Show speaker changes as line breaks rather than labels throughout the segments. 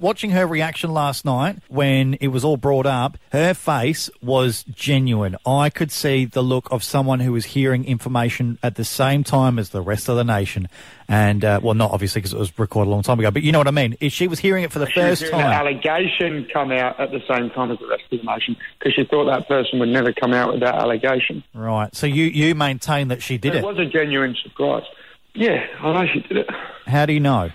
watching her reaction last night when it was all brought up, her face was genuine. I could see the look of someone who was hearing information at the same time as the rest of the nation. And, uh, well, not obviously because it was recorded a long time ago, but you know what I mean. If she was hearing it for the
She was
first
hearing
time.
An allegation come out at the same time as the rest of the nation because she thought that person would never come out with that allegation.
Right. So you, you maintain that she did
It
it.
was a genuine surprise. Yeah, I know she did it.
How do you know?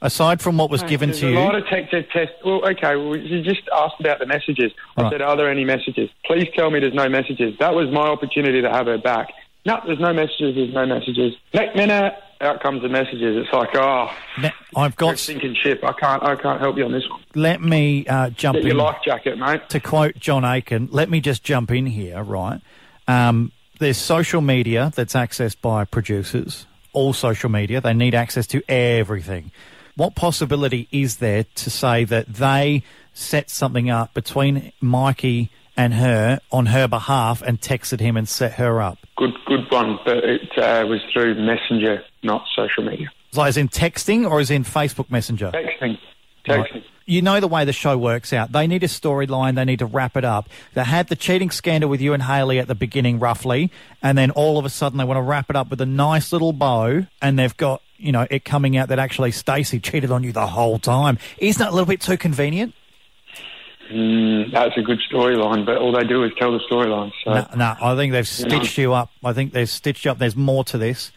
Aside from what was given
There's
to
a
you.
lie detector test. Well, okay. Well, you just asked about the messages. I
Right.
said, "Are there any messages? Please tell me there's no messages." That was my opportunity to have her back. No, there's no messages. There's no messages. Next minute, out comes the messages. It's like, oh,
Ne- I've
you're a
got.
sinking ship. I can't. I can't help you on this one.
Let me uh, jump
Get your
in.
life jacket, mate.
to quote John Aiken, let me just jump in here, right? Um, there's social media that's accessed by producers, all social media. They need access to everything. What possibility is there to say that they set something up between Mikey and her on her behalf and texted him and set her up?
Good, good one. But it uh, was through Messenger, not social media.
So as in texting or as in Facebook Messenger?
Texting, texting.
Right. You know the way the show works out. They need a storyline. They need to wrap it up. They had the cheating scandal with you and Haley at the beginning, roughly, and then all of a sudden they want to wrap it up with a nice little bow, and they've got you know it coming out that actually Stacey cheated on you the whole time. Isn't that a little bit too convenient?
Mm, that's a good storyline, but all they do is tell the storyline. So.
No, no, I think they've stitched you up. I think they've stitched you up. There's more to this.